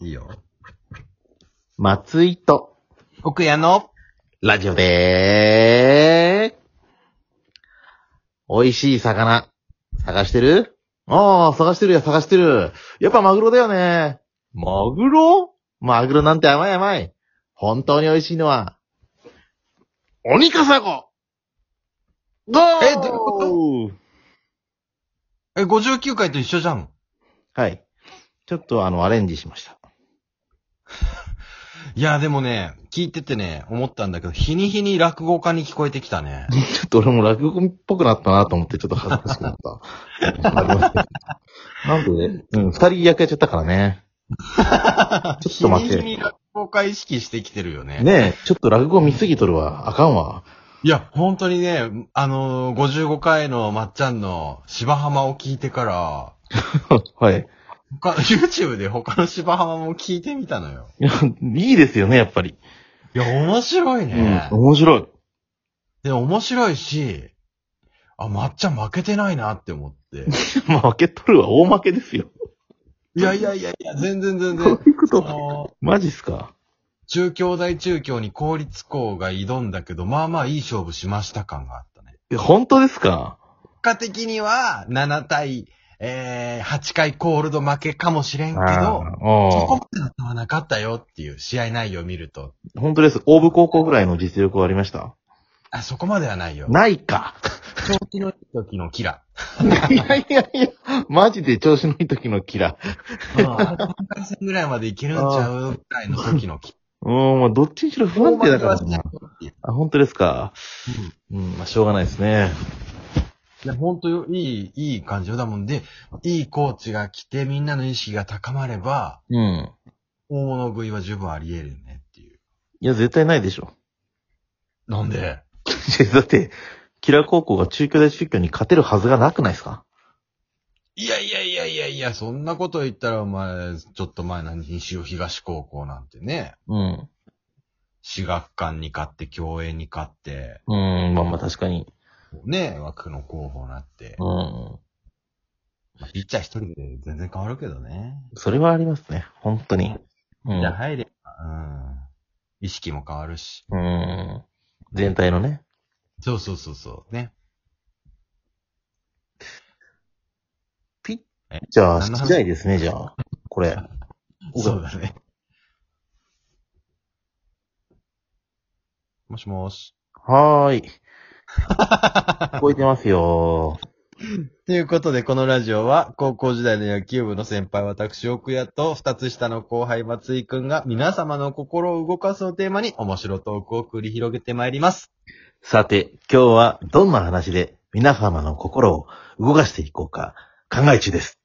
いいよ。松井と、奥屋の、ラジオでー、美味しい魚、探してるああ、探してるや、探してる。やっぱマグロだよね。マグロマグロなんて甘い甘い。本当に美味しいのは、オニカサゴゴーえどういうこえ、59回と一緒じゃん。とはい。ちょっとあの、アレンジしました。いや、でもね、聞いててね、思ったんだけど、日に日に落語家に聞こえてきたね。ちょっと俺も落語っぽくなったなと思って、ちょっと恥ずかしくなった。 なんでね、うん、二人役やっちゃったから ね。ちょっ日とに待って日に落語家意識してきてるよね。ねえ、ちょっと落語見すぎとるわ。あかんわ。 いや、本当にね、あのー、55回のまっちゃんの芝浜を聞いてから、はい。 他 YouTube で他の芝浜も聞いてみたのよ。いやいいですよね、やっぱり。いや、面白いね。面白い。 で、面白いし、あ、まっちゃん負けてないなって思って。まあ、負けとるわ。大負けですよ。いやいやいやいや、全然全ど然う。いう こあとのーマジっすか中京大中京に公立校が挑んだけど、まあまあいい勝負しました感があったね。いや本当ですか結果的には7対、えー、8回コールド負けかもしれんけあど、ーそこあまでだったはなかったよっていう試合内容を見ると、ー。本当です。大部高校ぐらいの実力はありましたあ、そこまではないよ。ないか。調子のいい時のキラ。 いやいやいや、マジで調子のいい時のキラ。 3回戦ぐらいまでいけるんちゃうぐらいの時のキラ。うーん、まあ、どっちにしろ不安定だから大負けはしなな。いよっていうあ、本当ですか。うん、まあ、しょうがないですね。いや、ほんとよ、いい、いい感じよ。だもんで、いいコーチが来てみんなの意識が高まれば、うん。大物食いは十分あり得るよねっていう。いや、絶対ないでしょ。 なんでいやだって、キラー高校が中京大中京に勝てるはずがなくないですかいやいやいやいやいや、そんなこと言ったらお前、ちょっと前の西尾東高校なんてね、うん。私学館に勝って、共栄に勝って、うん、まあまあ確かに。ね、枠の候補になってう、ん。まあピッチャー一人で全然変わるけどね。それはありますね。本当に。うじゃあん。入れば、うん。意識も変わるし。うん。全体のね。そうそうそうそう、ね。じゃあ、あの次第ですね、じゃあ。これ。そうだね。もしもし。は ーい。聞こえてますよ。ということで、このラジオは、高校時代の野球部の先輩、私、奥谷と、二つ下の後輩、松井くんが、皆様の心を動かすをテーマに、面白トークを繰り広げてまいります。さて、今日はどんな話で皆様の心を動かしていこうか考え中です。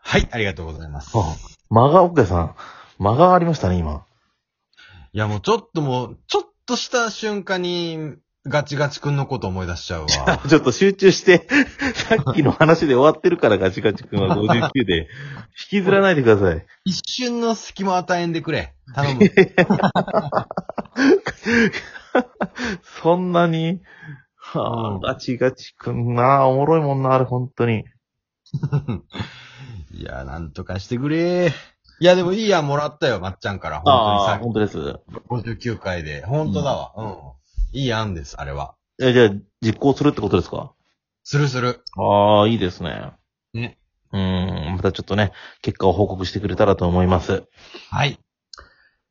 はい、ありがとうございます。あ 間が、奥田さん、間がありましたね、今。いや、もうちょっともう、ちょっとした瞬間に、ガチガチくんのこと思い出しちゃうわ。 ちょっと集中して、 さっきの話で終わってるからガチガチ君 は59で、引きずらないでください。一瞬の隙間を与えんでくれ。頼 む。そんなに、はうあ、んガチガチ君なあ、おもろいもんな、あれ、本当に。いや、なんとかしてくれ。いや、でもいいやんもらったよ、まっちゃんから。ああ、本本当です。当にさ、59回で。本当だわ。うん。いい案です、あれは。え、じゃあ、実行するってことですかするする。ああ、いいですね。ね。うーん、またちょっとね、結果を報告してくれたらと思います。はい。今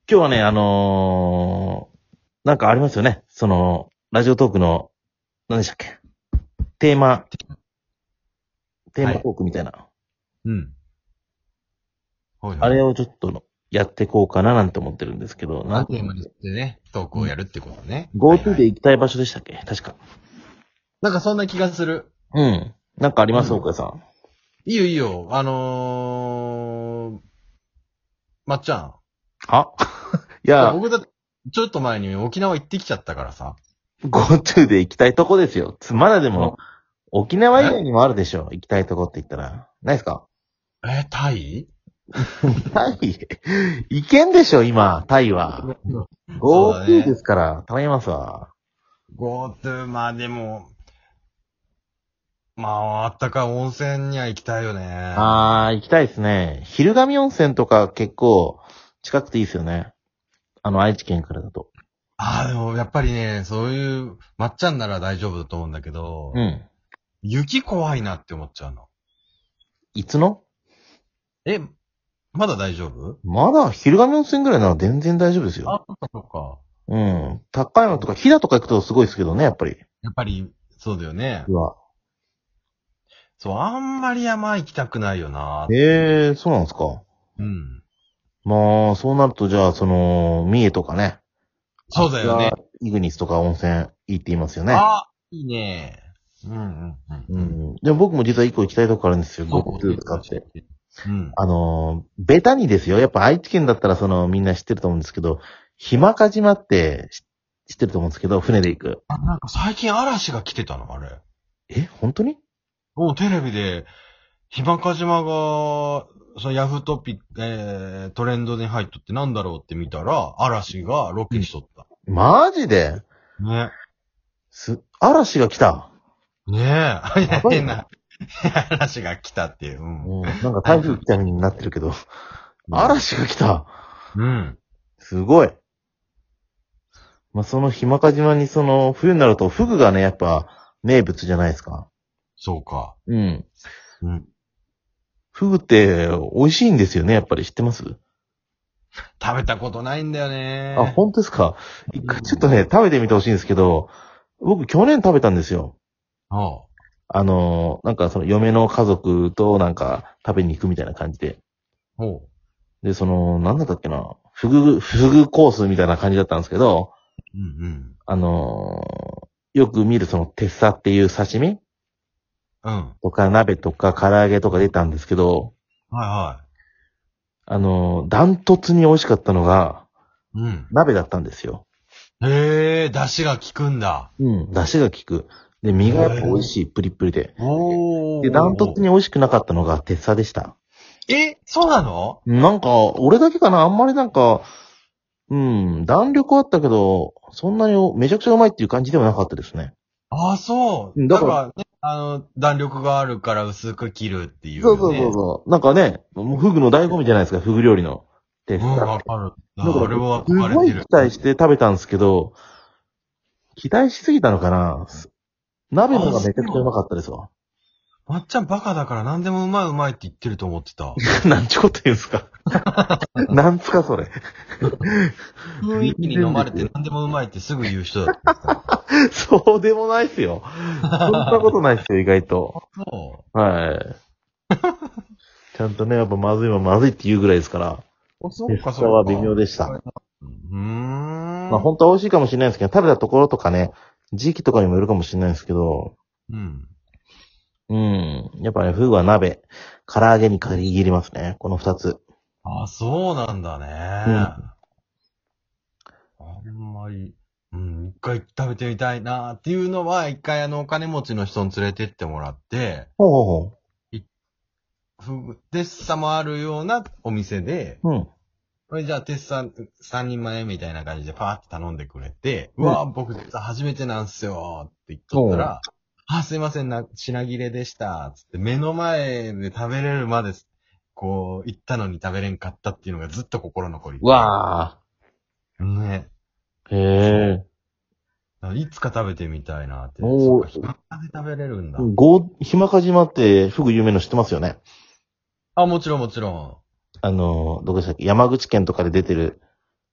日はね、あのー、なんかありますよね。その、ラジオトークの、何でしたっけテーマ、テーマトークみたいな。うん。ほいほいあれをちょっとのやっていこうかななんて思ってるんですけど、なあんテーマにしてね、トークをやるってことね。 GoTo はいはでい行きたい場所でしたっけ確か。なんかそんな気がする。うん。なんかあります、うん岡井さん。いいよいいよ。あのー、まっちゃん。は いや、僕だって、ちょっと前に沖縄行ってきちゃったからさ。 GoTo で行きたいとこですよ。つまらでも、沖縄以外にもあるでしょ。行きたいとこって言ったら。ないですかえー、タイタイ行けんでしょ、今、タイは。そうだね GoTo ですから、頼みますわ。 GoTo、まあでも、まあ、あったかい温泉には行きたいよね。あー、行きたいですね。昼神温泉とか結構近くていいですよね。あの、愛知県からだと。ああ、でもやっぱりね、そういう、まっちゃんなら大丈夫だと思うんだけど、うん。雪怖いなって思っちゃうの。いつのえ、まだ大丈夫まだ昼神温泉ぐらいなら全然大丈夫ですよ。あ、そっかそっか。うん。高山とか、飛騨とか行くとすごいですけどね、やっぱり。やっぱり、そうだよね。うわそう、あんまり山行きたくないよな。えー、そうなんですか。うん。まあ、そうなると、じゃあ、その、三重とかね。そうだよね。。イグニスとか温泉行っていますよね。あ、いいね。うんうんう。うんん。でも僕も実は一個行きたいとこあるんですよ。そう GoTo 使って。。うん。あのー、ベタにですよ。やっぱ愛知県だったらそのみんな知ってると思うんですけど、ひまか島ってし知ってると思うんですけど、船で行く。あなんか最近嵐が来てたのあれ。え本当にもうテレビで、ひまか島が、そのヤフートピック、えー、トレンドに入っとってなんだろうって見たら、嵐がロケしとった。マジでね。す、嵐が来た。ねえ。 いやばい変な。嵐が来たっていう。うん。うん。なんか台風来たみたいになってるけど。嵐が来た。うん。すごい。まあ、そのひまか島にその、冬になるとフグがね、やっぱ名物じゃないですか。そうか。うん。うん。フグって美味しいんですよね、やっぱり知ってます食べたことないんだよね。あ、本当ですか一回ちょっとね、食べてみてほしいんですけど、僕去年食べたんですよ。ほあのー、なんかその嫁の家族となんか食べに行くみたいな感じで。う。ほで、その、なんだったっけな、フグ、フグコースみたいな感じだったんですけど、う。うんうん。あのー、よく見るその、テッサっていう刺身うん。はいとか鍋とか唐揚げとか出たんですけど、はあのー、ダントツに美味しかったのが、い。うん。鍋だったんですよ。へえ、出汁が効くんだ。うん。出汁が効く。で、身がやっぱ美味しい、プリプリで。おで、ダントツに美味しくなかったのがテッサでした。え、そうなのなんか、俺だけかなあんまりなんか、うん、弾力はあったけど、そんなにめちゃくちゃうまいっていう感じではなかったですね。ああ、そうう。んだだかかららね、あの、弾力があるから薄く切るっていう、ね。そうそうそうそう。なんかね、もうフグの醍醐味じゃないですか、フグ料理の。テッうん、サわって。かる。だから俺もす憧ごれいて期る。待して食べたんですけど、期待しすぎたのかな鍋の方がめちゃくちゃうまかったですわ。まっちゃんバカだから何でもうまいうまいって言ってると思っ てた。 なんちゅうこと言うんですか なんつかそれ。雰囲気に飲まれて何でもうまいってすぐ言う人だった。そうでもないっすよ。そんなことないっすよ、意外と。そう。はい。ちゃんとね、やっぱまずいはまずいって言うぐらいですから、 おそテッサは微妙でした。うーん。まあ本当は美味しいかもしれないですけど、食べたところとかね、時期とかにもよるかもしれないですけど、うん。うん。やっぱね、フグは鍋、唐揚げに限りますね。この二つ。あ、そうなんだね。あんまり、うん、一回食べてみたいなっていうのは、一回あの、お金持ちの人に連れてってもらって、ほうほふぐテッサもあるようなお店で、うほう。うん。これじゃあテッサ3人前みたいな感じでパーって頼んでくれて、ううんわぁ、僕テッサ初めてなんすよって言っとったら、あ、すいませんな、品切れでした、つって目の前で食べれるまで、こう、行ったのに食べれんかったっていうのがずっと心残り。うわね。ー。へえ。いつか食べてみたいなって。そおうーか、ひまかで食べれるんだ。ごう、ひまかじまって、フグ有名の知ってますよね。あ、もちろんもちろん。あの、どこでしたっけ山口県とかで出てる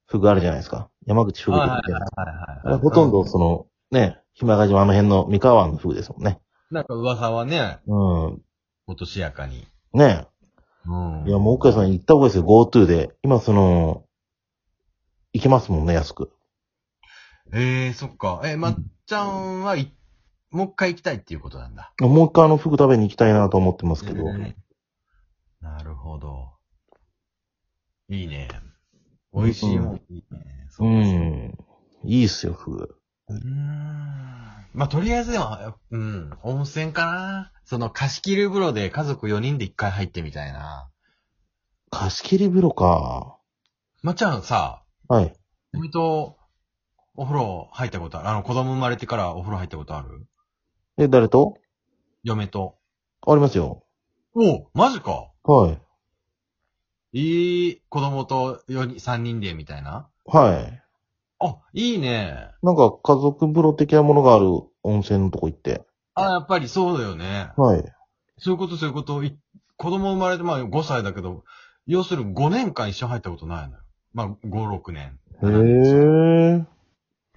フグあるじゃないですか。山口フグっはてい言っはているはいあはれい。ほとんうどその、ね、ひまが島あの辺の三河湾のフグですもんね。なんか噂はね、うん。落としやかに。ねうん。いや、もう岡さん行った方がいいですよ、GoTo で。今その、行けますもんね、安く。ええー、そっか。えまっちゃんは、いもう一回行きたいっていうことなんだ。もう一回あのフグ食べに行きたいなと思ってますけど。うんなるほど。いいね。美味しいもん。いいね。ううですねん。いいっすよ、フグ。うーんまあ、とりあえずでも、やうん、温泉かな。その貸し切り風呂で家族4人で一回入ってみたいな。貸し切り風呂か。まっちゃんさ、はい。君とお風呂入ったことあるあの、子供生まれてからお風呂入ったことあるえ、誰と嫁と。ありますよ。おうマジか。はい。いい、子供と4人、3人で、みたいな。はい。あ、いいね。なんか家族風呂的なものがある温泉のとこ行って。あ、やっぱりそうだよね。はい。そういうこと、そういうこと。い子供生まれて、まあ5歳だけど、要するに5年間一緒に入ったことないのよ。まあ5、6年。へ7年え。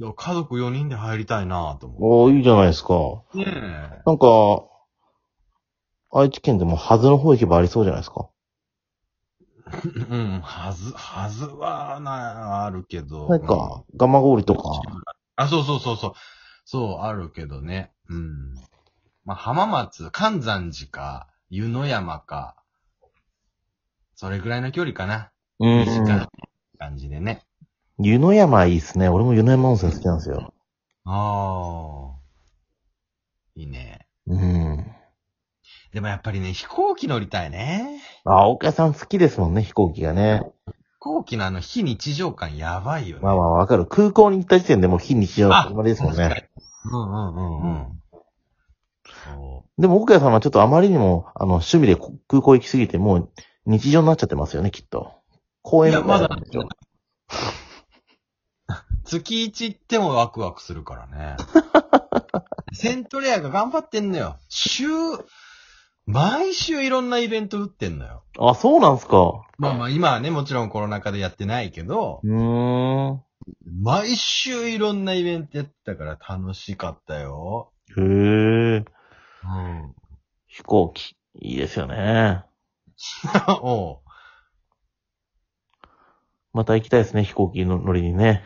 いや家族4人で入りたいなぁと思おーいいじゃないですか。う。ねえ。なんか、愛知県でもはずの方行けばありそうじゃないですか。うん、はず、はずはな、あるけど。なんか、ガマゴーリとか。あ、そうそうそうそう。そう、あるけどね。うん。まあ、浜松、関山寺か、湯の山か、それぐらいの距離かな。う短ん。い感じでね。湯の山いいっすね。俺も湯の山温泉好きなんですよ。ああ。いいね。うん。でもやっぱりね、飛行機乗りたいね。あ、岡さん好きですもんね、飛行機がね。飛行機のあの非日常感やばいよね。まあまあわかる。空港に行った時点でもう非日常始まりですもん確かね。うんうんうんうん。そう。でも岡さんはちょっとあまりにも、あの、趣味でこ空港行きすぎて、もう日常になっちゃってますよね、きっと。公園みたいなんですよ。月一行ってもワクワクするから ね。セントレアが頑張ってんのよ。週、毎週いろんなイベント打ってんのよ。あ、そうなんすか。まあまあ今はね、もちろんコロナ禍でやってないけど、うーん。毎週いろんなイベントやってたから楽しかったよ。へえ。うん。飛行機。いいですよね。 おうまた行きたいですね、飛行機の乗りにね。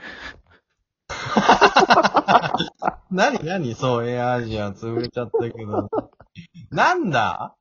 何何そう、エアアジア潰れちゃったけど。なんだ